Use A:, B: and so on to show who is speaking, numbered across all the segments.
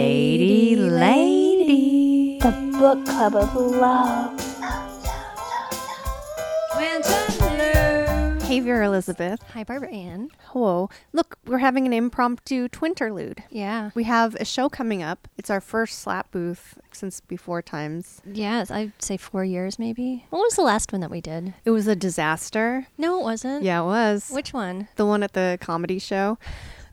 A: Datey Lady.
B: The book club of love.
C: Hey, Vera Elizabeth.
D: Hi, Barbara Ann.
C: Hello. Look, we're having an impromptu twinterlude.
D: Yeah.
C: We have a show coming up. It's our first slap booth since before times.
D: Yes, I'd say four years maybe. What was the last one that we did?
C: It was a disaster.
D: No, it wasn't.
C: Yeah, it was.
D: Which one?
C: The one at the comedy show.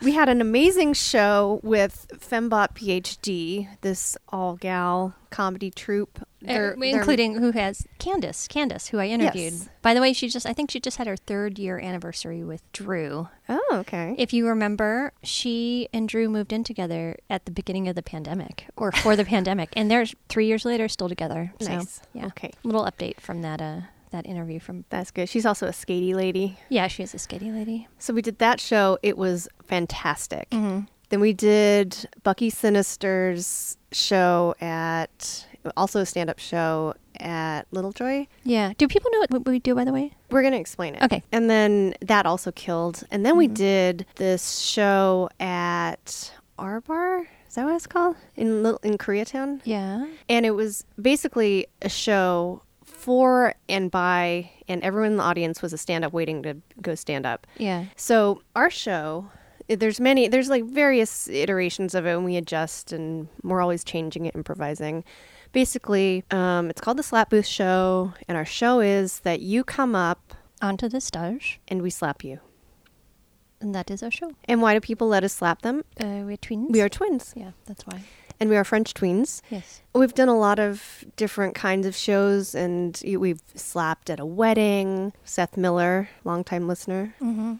C: We had an amazing show with Fembot PhD, this all gal comedy troupe. They're-
D: Uh,
C: they're-
D: including who has Candace, Candace, who I interviewed.
C: Yes.
D: By the way, she just I think she just had her third year anniversary with Drew.
C: Oh, okay.
D: If you remember, she and Drew moved in together at the beginning of the pandemic or for the pandemic. And they're three years later still together. So
C: Nice.
D: yeah.
C: Okay.
D: Little update from that uh that interview from
C: That's good. She's also a skatey lady.
D: Yeah, she is a skitty lady.
C: So we did that show. It was fantastic.
D: Mm-hmm.
C: Then we did Bucky Sinister's show at, also a stand up show at Little Joy.
D: Yeah. Do people know what we do by the way?
C: We're going to explain it.
D: Okay. Mm-hmm.
C: And then that also killed. And then we did this show at Arbar. Is that what it's called? In, Little, in Koreatown?
D: Yeah.
C: And it was basically a show for and by, and everyone in the audience was a stand up waiting to go stand up.
D: Yeah.
C: So our show, eh, there's many, there's like various iterations of it, and we adjust, and we're always changing it, improvising. Basically, um, it's called the Slap Booth Show, and our show is that you come up
D: Onto the stage.
C: and we slap you.
D: And that is our show.
C: And why do people let us slap them?
D: Uh, we're twins.
C: We are twins,
D: Yeah, that's why.
C: and we are French tweens.
D: Yes.
C: We've done a lot of different kinds of shows, and y- we've slapped at a wedding. Seth Miller, longtime listener,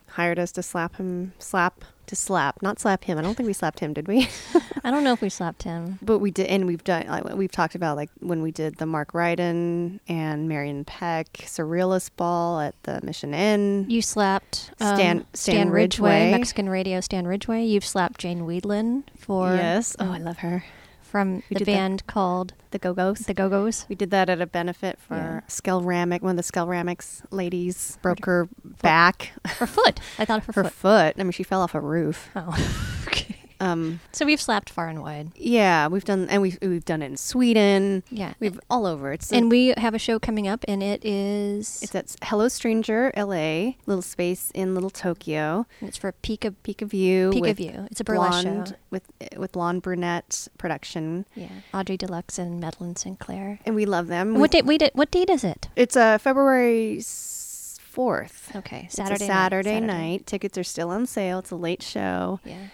C: hired us to slap him, slap to slap, not slap him. I don't think we slapped him, did we?
D: I don't know if we slapped him.
C: but we did, and we've done. Like, we've talked about like when we did the Mark Ryden and Marion Peck Surrealist Ball at the Mission Inn.
D: You slapped um,
C: Stan- Stan Ridgway.
D: Mexican radio Stan Ridgway. You've slapped Jane Weedlin for
C: yes, oh, I love her.
D: from
C: We
D: the
C: did that.
D: band called
C: The Go Go's.
D: The Go Go's.
C: We did that at a benefit for
D: Yeah.
C: Skelramic. One of the Skelramics ladies broke her back,
D: Her foot. I thought her,
C: her
D: foot.
C: foot. I mean, she fell off a roof.
D: Oh. okay.
C: Um,
D: So we've slapped far and wide.
C: yeah, we've done, and we've we've done it in Sweden.
D: Yeah.
C: we've all over. It's
D: And we have a show coming up, and it is
C: it's at Hello Stranger, L.A. Little space in Little Tokyo.
D: it's for Peak of
C: Peak of View.
D: Peak of
C: with
D: View. It's a burlesque show.
C: blonde, with with blonde brunette production,
D: yeah Audrey Deluxe and Madeline Sinclair.
C: and we love them.
D: And what
C: We-
D: date? Wait, what date is it?
C: It's uh, February fourth.
D: Okay,
C: It's a
D: Saturday. night.
C: Saturday night. Tickets are still on sale. It's a late show.
D: Yeah.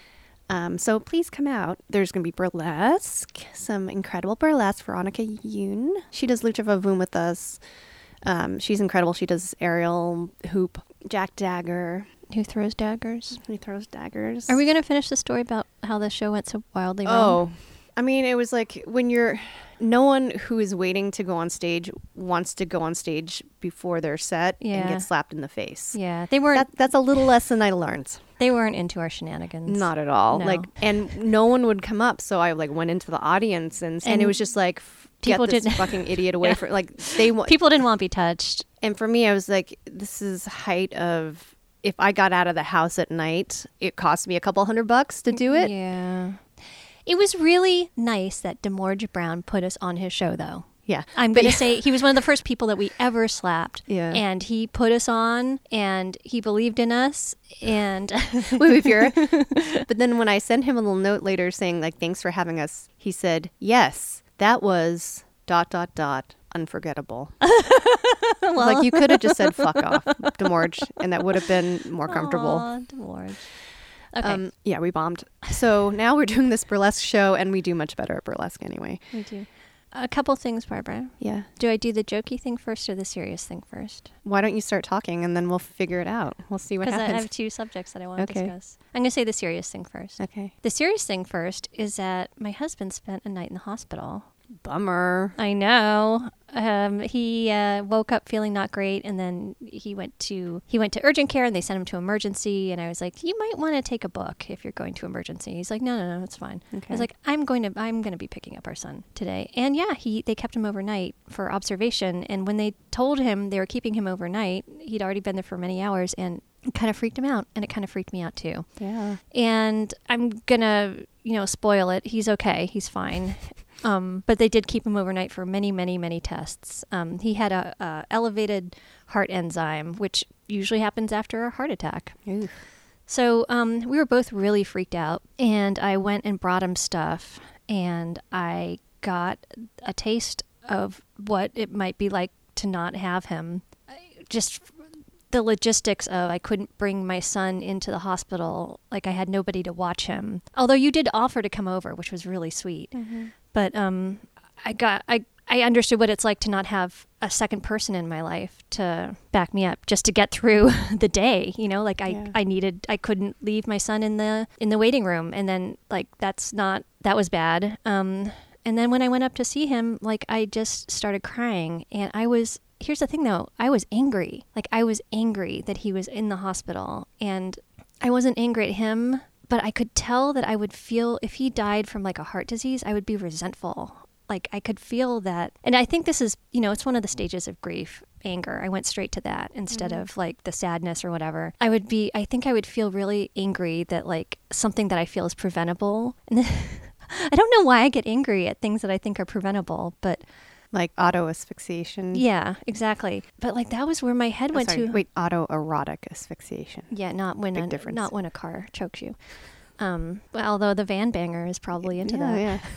C: Um, so please come out. There's going to be burlesque, some incredible burlesque. Veronica Yoon. She does Lucha Vavoom with us. Um, she's incredible. She does aerial hoop, Jack Dagger.
D: Who throws daggers?
C: He throws daggers.
D: Are we going to finish the story about how the show went so wildly
C: Oh,
D: wrong?
C: I mean, it was like when you're. No one who is waiting to go on stage wants to go on stage before they're set and
D: Yeah.
C: get slapped in the face.
D: yeah, they weren't.
C: Oh. That, that's a little lesson I learned.
D: they weren't into our shenanigans.
C: Not at all.
D: No.
C: Like, and no one would come up. So I like went into the audience, and and, it
D: And
C: was just like, f-
D: people
C: get this
D: didn't-
C: fucking idiot away
D: Yeah.
C: from like they want.
D: people didn't want to be touched.
C: And for me, I was like, this is height of if I got out of the house at night, it cost me a couple hundred bucks to do it.
D: Yeah, it was really nice that Demorge Brown put us on his show, though.
C: Yeah,
D: I'm
C: But
D: going to say he was one of the first people that we ever slapped.
C: Yeah.
D: and he put us on, and he believed in us, and
C: Wait, wait, Vera. but then when I sent him a little note later saying like, thanks for having us, he said, yes, that was dot dot dot unforgettable. like you could have just said fuck off, Demorge, and that would have been more comfortable.
D: Aw, Demorge. Okay,
C: Um, yeah, we bombed. So now we're doing this burlesque show, and we do much better at burlesque anyway.
D: we do a couple things, Barbara.
C: Yeah.
D: Do I do the jokey thing first or the serious thing first?
C: Why don't you start talking, and then we'll figure it out. We'll see what
D: Because I
C: happens.
D: have two subjects that I want
C: Okay.
D: to discuss. I'm going to say the serious thing first.
C: okay.
D: The serious thing first is that my husband spent a night in the hospital.
C: Bummer.
D: I know. Um, he uh, woke up feeling not great, and then he went to he went to urgent care, and they sent him to emergency. And I was like, "You might want to take a book if you're going to emergency." He's like, "No, no, no, it's fine." I
C: Okay.
D: was like, "I'm going to I'm going to be picking up our son today." And yeah, he they kept him overnight for observation. And when they told him they were keeping him overnight, he'd already been there for many hours, and It kind of freaked him out, and it kind of freaked me out too.
C: Yeah.
D: And I'm gonna, you know, spoil it. He's okay. He's fine. Um, but they did keep him overnight for many, many, many tests. Um, he had a, a elevated heart enzyme, which usually happens after a heart attack. So um, we were both really freaked out, and I went and brought him stuff, and I got a taste of what it might be like to not have him. I- Just the logistics of I couldn't bring my son into the hospital, like I had nobody to watch him. Although you did offer to come over, which was really sweet, but um, I got I. I understood what it's like to not have a second person in my life to back me up just to get through the day, you know, like I,
C: Yeah.
D: I needed I couldn't leave my son in the in the waiting room and then like that's not that was bad. Um and then when I went up to see him, like I just started crying and I was here's the thing though, I was angry. Like I was angry that he was in the hospital and I wasn't angry at him, but I could tell that I would feel if he died from like a heart disease, I would be resentful. Like I could feel that. And I think this is, you know, it's one of the stages of grief, anger. I went straight to that instead
C: Mm-hmm.
D: of like the sadness or whatever. I would be I think I would feel really angry that like something that I feel is preventable. And I don't know why I get angry at things that I think are preventable, but
C: Like auto asphyxiation.
D: yeah, exactly. But like that was where my head went
C: Mm. Oh, Sorry,
D: to.
C: wait, autoerotic asphyxiation.
D: Yeah, not when
C: Big
D: a,
C: difference.
D: not when a car chokes you. Um, well, although the van banger is probably into
C: yeah,
D: that.
C: yeah.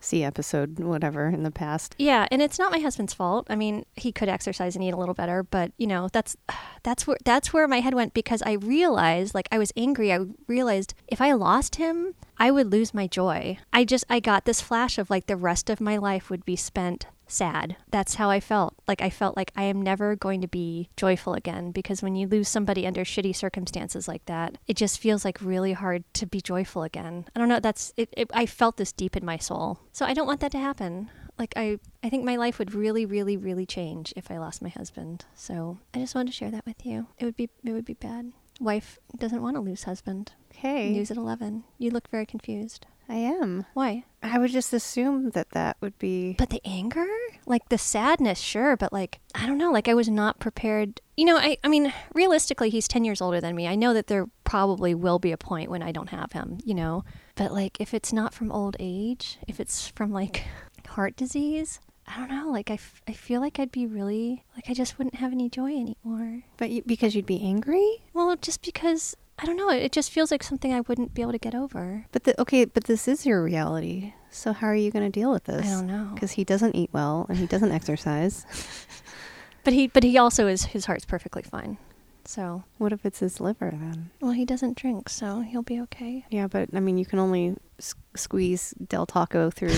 C: See episode whatever in the past.
D: Yeah, and it's not my husband's fault. I mean, he could exercise and eat a little better, but you know, that's that's where that's where my head went because I realized like I was angry. I realized if I lost him, I would lose my joy. I just I got this flash of like the rest of my life would be spent sad. That's how I felt. Like I felt like I am never going to be joyful again because when you lose somebody under shitty circumstances like that, it just feels like really hard to be joyful again. I don't know, that's it, it I felt this deep in my soul. So I don't want that to happen like I, I think my life would really, really, really change if I lost my husband. So I just wanted to share that with you. It would be, it would be bad. Wife doesn't want to lose husband.
C: Okay.
D: News at eleven. You look very confused.
C: I am.
D: Why?
C: I would just assume that that would be.
D: But the anger, like the sadness, sure, but like I don't know, like I was not prepared. You know, I, I mean, realistically, he's ten years older than me. I know that there probably will be a point when I don't have him. You know, but like if it's not from old age, if it's from like heart disease. I don't know. Like I, f- I feel like I'd be really like I just wouldn't have any joy anymore.
C: But you, because you'd be angry.
D: Well, just because I don't know. It just feels like something I wouldn't be able to get over.
C: But the, okay, but this is your reality. So how are you going to deal with this?
D: don't know.
C: Because he doesn't eat well and he doesn't exercise.
D: But he but he also is his heart's perfectly fine. So
C: What if it's his liver then?
D: well, he doesn't drink, so he'll be okay.
C: Yeah, but I mean, you can only s- squeeze Del Taco through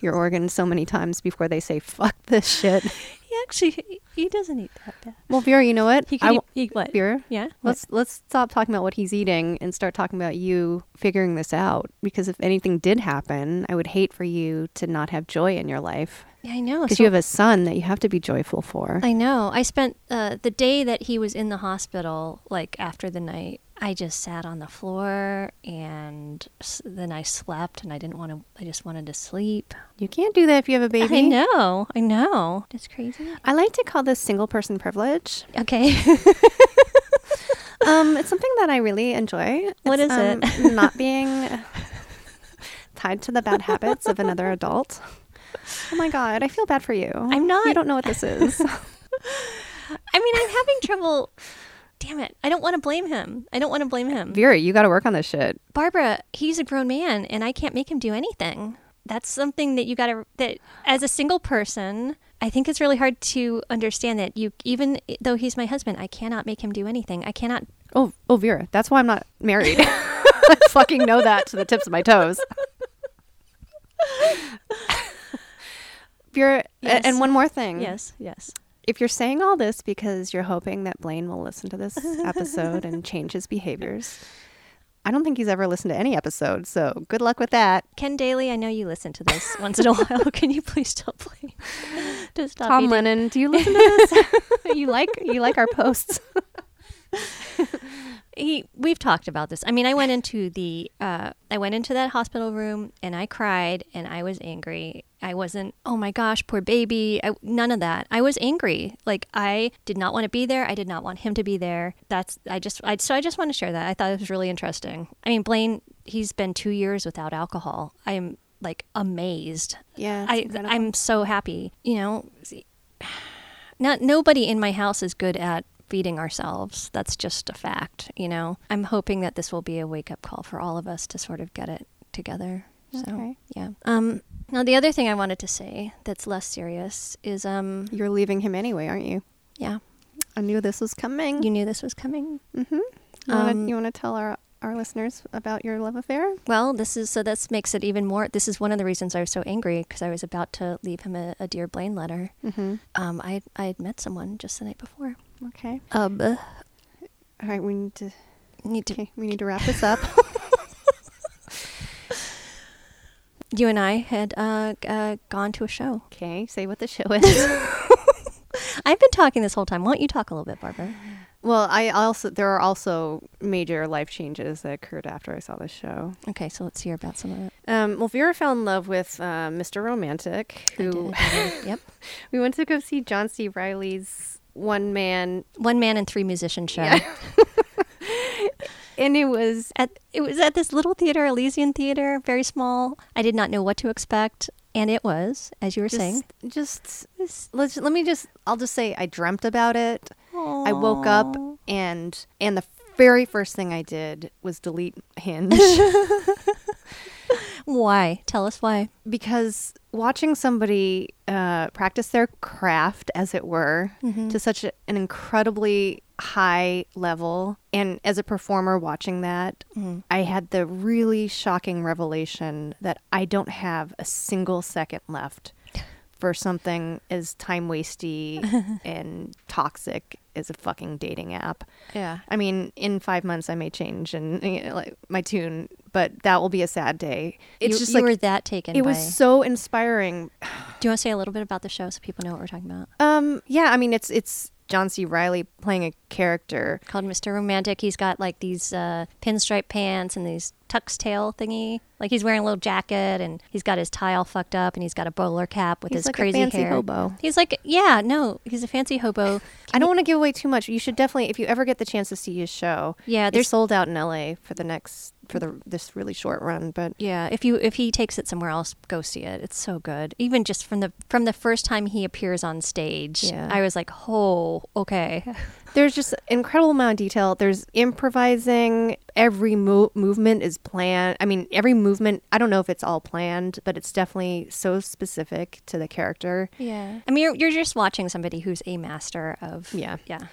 C: your organs so many times before they say "fuck this shit."
D: He actually he doesn't eat that bad.
C: Well, Vera, you know what?
D: He
C: I
D: could eat,
C: w-
D: eat what?
C: Vera,
D: Yeah.
C: let's let's stop talking about what he's eating and start talking about you figuring this out. Because if anything did happen, I would hate for you to not have joy in your life.
D: Yeah, I know.
C: Because
D: so-
C: you have a son that you have to be joyful for.
D: I know. I spent uh, the day that he was in the hospital, like after the night, I just sat on the floor and s- then I slept and I didn't want to, I just wanted to sleep.
C: you can't do that if you have a baby.
D: I know. I know. That's crazy.
C: I like to call this single person privilege.
D: Okay.
C: Um, it's something that I really enjoy.
D: What
C: It's,
D: is
C: um, not being tied to the bad habits of another adult. Oh my god, I feel bad for you.
D: I'm not.
C: You don't know what this is.
D: I mean, I'm having trouble. Damn it. I don't want to blame him. I don't want to blame him.
C: Vera, you got to work on this shit.
D: Barbara, he's a grown man and I can't make him do anything. That's something that you got to that as a single person, I think it's really hard to understand that you even though he's my husband, I cannot make him do anything. I cannot
C: Oh, oh, Vera, that's why I'm not married. I fucking know that to the tips of my toes. Vera, a-
D: Yes.
C: and one more thing.
D: Yes, yes.
C: if you're saying all this because you're hoping that Blaine will listen to this episode and change his behaviors, I don't think he's ever listened to any episode. So good luck with that.
D: Ken Daly, I know you listen to this once in a while. Can you please tell Blaine to stop
C: Tom
D: eating?
C: Lennon, do you listen to this? you like you like our posts?
D: he we've talked about this. I mean, I went into the uh, I went into that hospital room and I cried and I was angry. I wasn't, oh my gosh, poor baby. I, none of that. I was angry. Like I did not want to be there. I did not want him to be there. That's I just I so I just want to share that. I thought it was really interesting. I mean, Blaine, he's been 2 years without alcohol. I am like amazed.
C: Yeah, it's
D: I
C: incredible.
D: I'm so happy. You know, not nobody in my house is good at feeding ourselves. That's just a fact, you know. I'm hoping that this will be a wake up call for all of us to sort of get it together. So,
C: Okay.
D: yeah. Um now the other thing I wanted to say that's less serious is um
C: You're leaving him anyway, aren't you?
D: yeah,
C: I knew this was coming.
D: you knew this was coming.
C: mm-hmm. you wanna-
D: Um,
C: you want to tell our our listeners about your love affair?
D: Well, this is so this makes it even more. This is one of the reasons I was so angry because I was about to leave him a, a dear Blaine letter.
C: Mm-hmm.
D: Um, I I had met someone just the night before.
C: Okay.
D: Um, uh,
C: All right. We need to.
D: need to
C: Okay. We need to wrap this up.
D: you and I had uh, g- uh, gone to a show.
C: okay. Say what the show is.
D: I've been talking this whole time. Why don't you talk a little bit, Barbara?
C: well, I also there are also major life changes that occurred after I saw this show.
D: Okay, so let's hear about some of it.
C: Um, well, Vera fell in love with uh, Mr. Romantic,
D: I
C: who
D: did, I did. yep.
C: we went to go see John C. Riley's one man,
D: One man and three musician show.
C: and it was
D: At it was at this little theater, Elysian Theater, very small. I did not know what to expect, and it was, as you were saying.
C: just, just let's let me just I'll just say I dreamt about it. I woke up and and the very first thing I did was delete Hinge
D: Why? Tell us why.
C: because watching somebody uh, practice their craft, as it were, to such a, an incredibly high level, and as a performer watching that, I had the really shocking revelation that I don't have a single second left for something as time wasty and toxic as a fucking dating app.
D: Yeah.
C: I mean, in five months, I may change and you know, like my tune, but that will be a sad day. It's
D: you,
C: just
D: you
C: like
D: were that taken.
C: it
D: by,
C: was so inspiring.
D: Do you want to say a little bit about the show so people know what we're talking about?
C: Um, yeah, I mean, it's it's John C. Riley playing a character.
D: Called Mr. Romantic. He's got like these uh, pinstripe pants and these tux tail thingy. Like he's wearing a little jacket and he's got his tie all fucked up and he's got a bowler cap with
C: He's
D: his
C: like a
D: crazy
C: fancy
D: hair.
C: hobo.
D: He's like, yeah, no, he's a fancy hobo.
C: I don't want to give away too much. You should definitely, if you ever get the chance to see his show,
D: Yeah,
C: they're
D: there's-
C: sold out in L.A. for the next for the this really short run. But
D: Yeah, if you if he takes it somewhere else, go see it. It's so good. Even just from the from the first time he appears on stage,
C: Yeah.
D: I was like, "Oh, okay."
C: there's just incredible amount of detail. There's improvising. Every mo- movement is planned. I mean, every movement. I don't know if it's all planned, but it's definitely so specific to the character.
D: Yeah. I mean, you're, you're just watching somebody who's a master of
C: Yeah.
D: Yeah.
C: Yeah.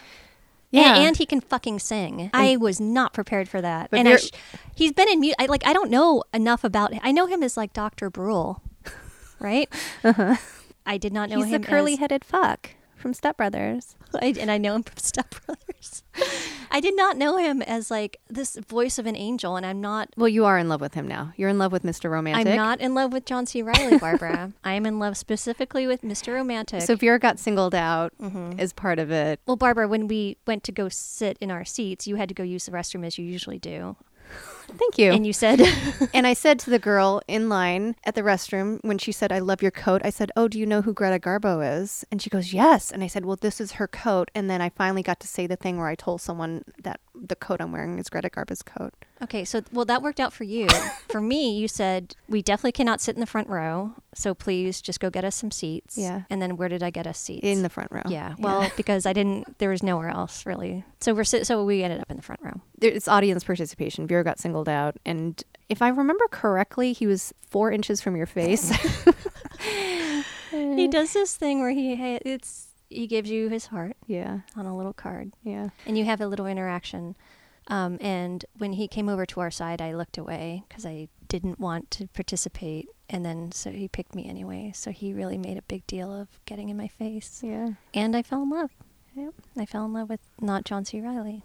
D: Yeah. And, he can fucking sing. I was not prepared for that.
C: But
D: and I
C: there-
D: sh- he's been in mute. I like I don't know enough about I know him as like Dr. Brule. Right? uh-huh. I did not know
C: He's the
D: him as-
C: curly-headed fuck from Step Brothers.
D: I, and I know him from Step Brothers. I did not know him as like this voice of an angel, and I'm not.
C: Well, you are in love with him now. You're in love with Mr. Romantic.
D: I'm not in love with John C. Riley, Barbara. I am in love specifically with Mr. Romantic.
C: So Vera got singled out as part of it.
D: well, Barbara, when we went to go sit in our seats, you had to go use the restroom as you usually do,
C: Thank you.
D: and
C: And,
D: you said,
C: I said to the girl in line at the restroom when she said, I love your coat, I said, Oh, do you know who Greta Garbo is? And she goes, Yes. And I said, Well, this is her coat. And then I finally got to say the thing where I told someone that the coat I'm wearing is Greta Garbo's coat.
D: "Okay, so well, that worked out for you. for me, you said we definitely cannot sit in the front row, so please just go get us some seats."
C: Yeah.
D: And then where did I get us seats?
C: In the front row.
D: Yeah, well, because I didn't. There was nowhere else really. So we're sit- so we ended up in the front row.
C: there, it's audience participation. Vera got singled out, and if I remember correctly, he was four inches from your face.
D: He does this thing where he ha- it's he gives you his heart
C: yeah,
D: on a little card,
C: yeah.
D: and you have a little interaction. Um, and when he came over to our side, I looked away because I didn't want to participate. And then so he picked me anyway. So he really made a big deal of getting in my face,
C: Yeah.
D: and I fell in love.
C: Yep.
D: I fell in love with not John C. Riley,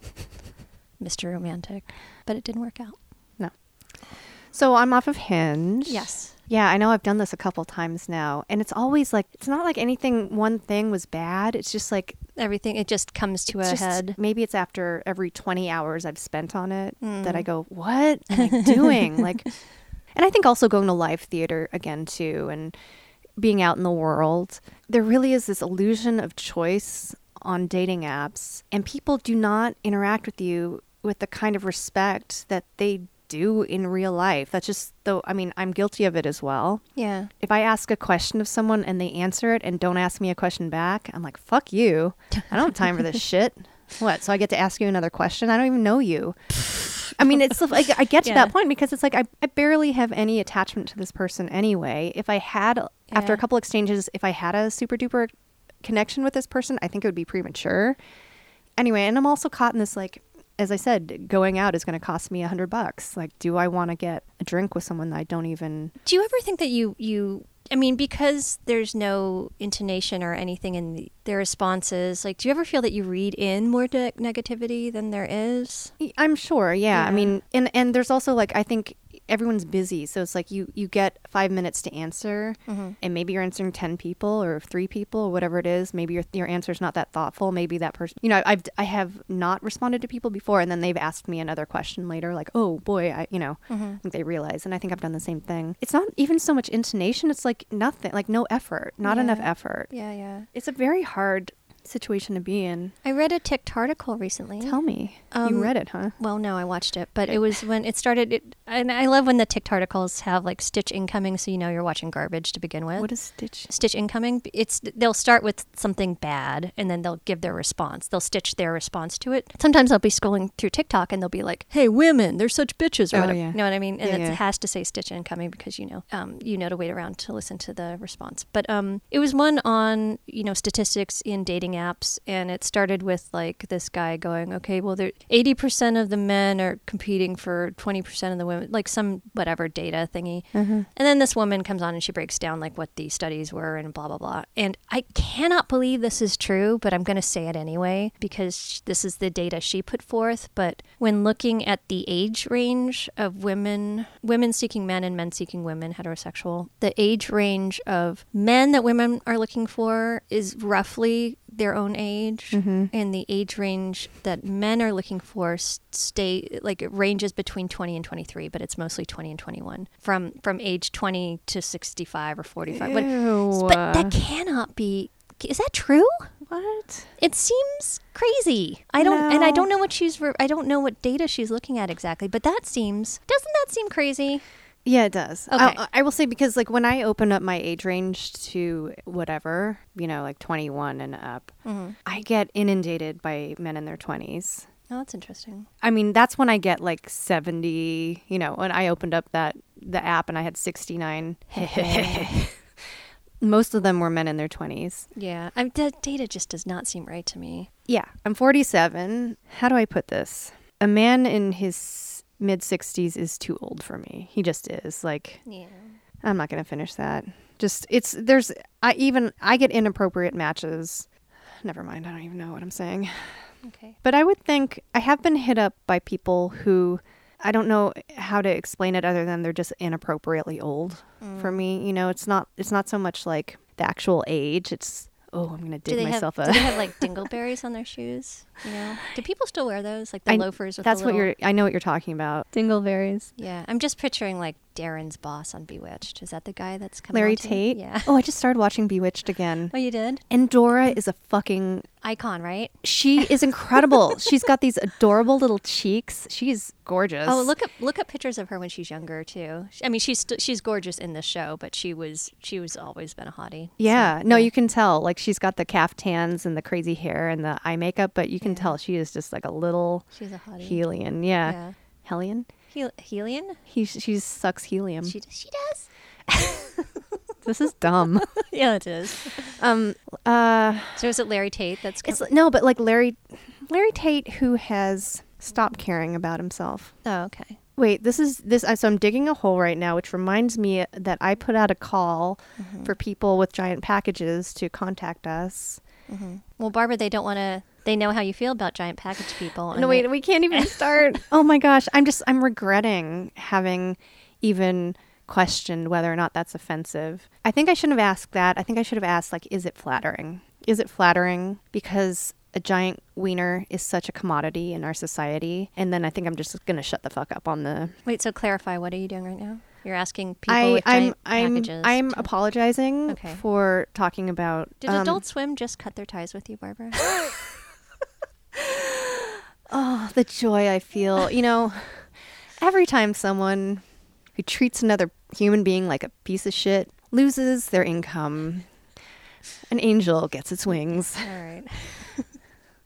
D: Mr. Romantic, but it didn't work out.
C: So I'm off of Hinge.
D: Yes.
C: Yeah, I know I've done this a couple times now. And it's always like, it's not like anything, one thing was bad. It's just like,
D: Everything it just comes to a
C: it's just-
D: head.
C: maybe it's after every 20 hours I've spent on it that I
D: Mm.
C: go, what am I doing? like, and I think also going to live theater again, too, and being out in the world, there really is this illusion of choice on dating apps, and people do not interact with you with the kind of respect that they do in real life. That's just, though, I mean, I'm guilty of it as well
D: Yeah.
C: if I ask a question of someone and they answer it and don't ask me a question back, I'm like, fuck you. I don't have time for this shit. What? So I get to ask you another question? I don't even know you. I mean, it's like I get to
D: Yeah.
C: that point because it's like I, I barely have any attachment to this person anyway. If I had, after a
D: Yeah.
C: couple exchanges, if I had a super duper connection with this person, I think it would be premature. Anyway, and I'm also caught in this like, as I said, going out is going to cost me a hundred bucks. Like, do I want to get a drink with someone that I don't even
D: Do you ever think that you you I mean because there's no intonation or anything in the, their responses, like do you ever feel that you read in more de- negativity than there is?
C: Y- I'm sure. Yeah. I
D: Yeah.
C: mean, and and there's also like I think everyone's busy, so it's like you you get five minutes to answer,
D: Mm-hmm.
C: and maybe you're answering ten people or three people or whatever it is. Maybe your your answer's not that thoughtful. Maybe that person, you know, I've I have not responded to people before, and then they've asked me another question later, like, oh boy, I you
D: Mm-hmm.
C: know, I think they realize, and I think I've done the same thing. It's not even so much intonation; it's like nothing, like no effort, not enough effort.
D: Yeah, yeah.
C: It's a very hard situation to be in.
D: I read a ticked article recently.
C: Tell me,
D: Um,
C: you read it, huh?
D: Well, no, I watched it, but it was when it started. It, and I love when the ticked articles have like Stitch incoming, so you know you're watching garbage to begin with.
C: What is stitch?
D: Stitch incoming? It's they'll start with something bad, and then they'll give their response. They'll stitch their response to it. Sometimes I'll be scrolling through TikTok, and they'll be like, "Hey, women, they're such bitches," or
C: Oh,
D: whatever.
C: yeah.
D: You know what I mean? And
C: Yeah,
D: it's-
C: yeah.
D: it has to say Stitch incoming because you know, um, you know to wait around to listen to the response. But um, it was one on you know statistics in dating apps, and it started with like this guy going, "Okay, well, there eighty percent of the men are competing for twenty percent of the women," like some whatever data thingy. Mm-hmm. And then this woman comes on and she breaks down like what the studies were and blah blah blah. And I cannot believe this is true, but I'm going to say it anyway because sh- this is the data she put forth. But when looking at the age range of women, women seeking men and men seeking women, heterosexual, the age range of men that women are looking for is roughly their own age and the age range that men are looking for s- stay like it ranges between 20 and 23 but it's mostly 20 and 21 from from age 20 to 65 or 45 but, but that cannot be is that true
C: What?
D: it seems crazy i don't and i
C: No.
D: don't know what she's re- i don't know what data she's looking at exactly but that seems doesn't that seem crazy
C: Yeah, it does.
D: Okay.
C: I, I will say because like when I open up my age range to whatever, you know, like 21 and up,
D: Mm-hmm.
C: I get inundated by men in their 20s.
D: oh that's interesting
C: I mean, that's when I get like 70, you know, when I opened up that the app and I had 69. Most of them were men in their 20s.
D: yeah I, that data just does not seem right to me
C: Yeah, I'm 47. How do I put this? A man in his mid 60s is too old for me. He just is. Like
D: yeah
C: I'm not going to finish that. Just it's there's I even I get inappropriate matches. Never mind, I don't even know what I'm saying.
D: okay
C: But I would think I have been hit up by people who I don't know how to explain it other than they're just inappropriately old for
D: Mm.
C: me. You know, it's not it's not so much like the actual age. It's oh, I'm going to
D: do
C: dig
D: they
C: myself
D: have,
C: a
D: Do they have like dingleberries on their shoes? You know, do people still wear those? Like
C: I-
D: the loafers with
C: That's
D: the
C: what
D: little,
C: you're I know what you're talking about. Dingleberries.
D: Yeah, I'm just picturing like Darren's boss on Bewitched. Is that the guy that's coming?
C: Larry
D: on to you?
C: Tate.
D: Yeah.
C: Oh, I just started watching Bewitched again.
D: Oh, you did.
C: And Dora is a fucking
D: Icon, right?
C: She is incredible. she's got these adorable little cheeks. She's gorgeous.
D: Oh, look up look up pictures of her when she's younger too. Sh- I mean, she's st- she's gorgeous in this show, but she was she was always been a hottie.
C: Yeah, no, you can tell. Like she's got the caftans and the crazy hair and the eye makeup, but you can tell she is just like a little
D: She's a hottie.
C: Helian. Yeah.
D: Yeah.
C: Hellion?
D: Hel- Helian?
C: He she sucks helium.
D: She she does.
C: this is dumb.
D: yeah, it is.
C: um uh
D: So is it Larry Tate? That's com-
C: it's no, but like Larry Larry Tate who has stopped caring about himself.
D: oh okay.
C: Wait, this is this. I- So I'm digging a hole right now, which reminds me that I put out a call for people with giant packages to contact us.
D: Well, Barbara, they don't want to. They know how you feel about giant package people. and
C: No,
D: they-
C: wait, we can't even start. oh my gosh, I'm just I'm regretting having even questioned whether or not that's offensive. I think I shouldn't have asked that. I think I should have asked, like, is it flattering? Is it flattering? Because a giant wiener is such a commodity in our society. And then I think I'm just going to shut the fuck up on the
D: Wait, so clarify. What are you doing right now? You're asking people
C: I,
D: with
C: I'm
D: giant
C: I'm
D: packages.
C: I'm
D: to-
C: apologizing
D: Okay.
C: for talking about.
D: Did
C: um,
D: Adult Swim just cut their ties with you, Barbara?
C: oh, the joy I feel. You know, every time someone who treats another human being like a piece of shit loses their income, an angel gets its wings.
D: All right.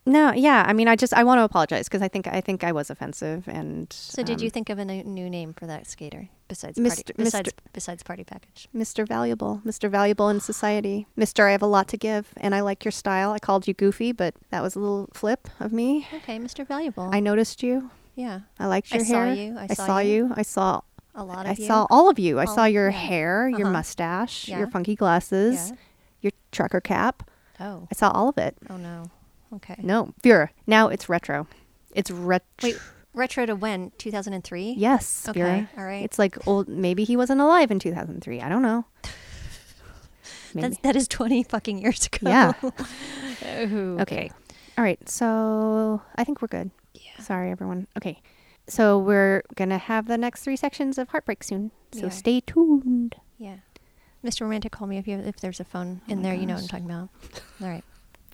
C: No, yeah. I mean, I just I want to apologize because I think I think I was offensive and.
D: So, did
C: um,
D: you think of a new- new name for that skater besides
C: Mr.
D: party, besides besides party package?
C: Mr. Valuable, Mr. Valuable in society. Mr. I have a lot to give and I like your style. I called you goofy, but that was a little flip of me.
D: Okay, Mr. Valuable.
C: I noticed you.
D: yeah,
C: I liked
D: I
C: your
D: saw
C: hair.
D: you. I saw
C: you.
D: you.
C: I saw.
D: a lot
C: I
D: of you.
C: saw all of you. I
D: All
C: saw
D: of-
C: your
D: yeah.
C: hair, your
D: Uh-huh.
C: mustache,
D: Yeah.
C: your funky glasses,
D: Yeah.
C: your trucker cap.
D: Oh,
C: I saw all of it.
D: oh no. Okay.
C: No, Vera. Now it's retro. It's retro.
D: Wait, retro to when? 2003.
C: Yes,
D: Okay,
C: Vera.
D: all right.
C: It's like old. Maybe he wasn't alive in 2003. I don't know.
D: That's,
C: Maybe.
D: that is 20 fucking years ago.
C: Yeah.
D: Oh,
C: Okay. All right. So I think we're good. Yeah. Sorry, everyone. Okay. So we're gonna have the next three sections of heartbreak soon. So
D: We are.
C: stay tuned.
D: Yeah. Mr. Romantic, call me if you if there's a phone
C: Oh
D: in there. You know what I'm talking about. All right.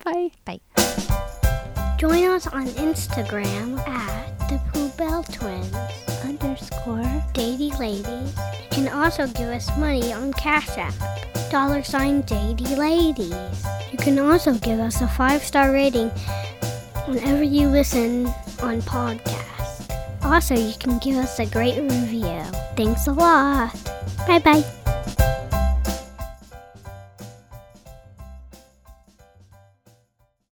C: Bye.
D: Bye.
B: Join us on Instagram at the Pooh Bell Twins underscore Daily Ladies, and also give us money on Cash App, dollar sign Daily Ladies. You can also give us a five star rating whenever you listen on podcast. Also, you can give us a great review. Thanks a lot. Bye bye.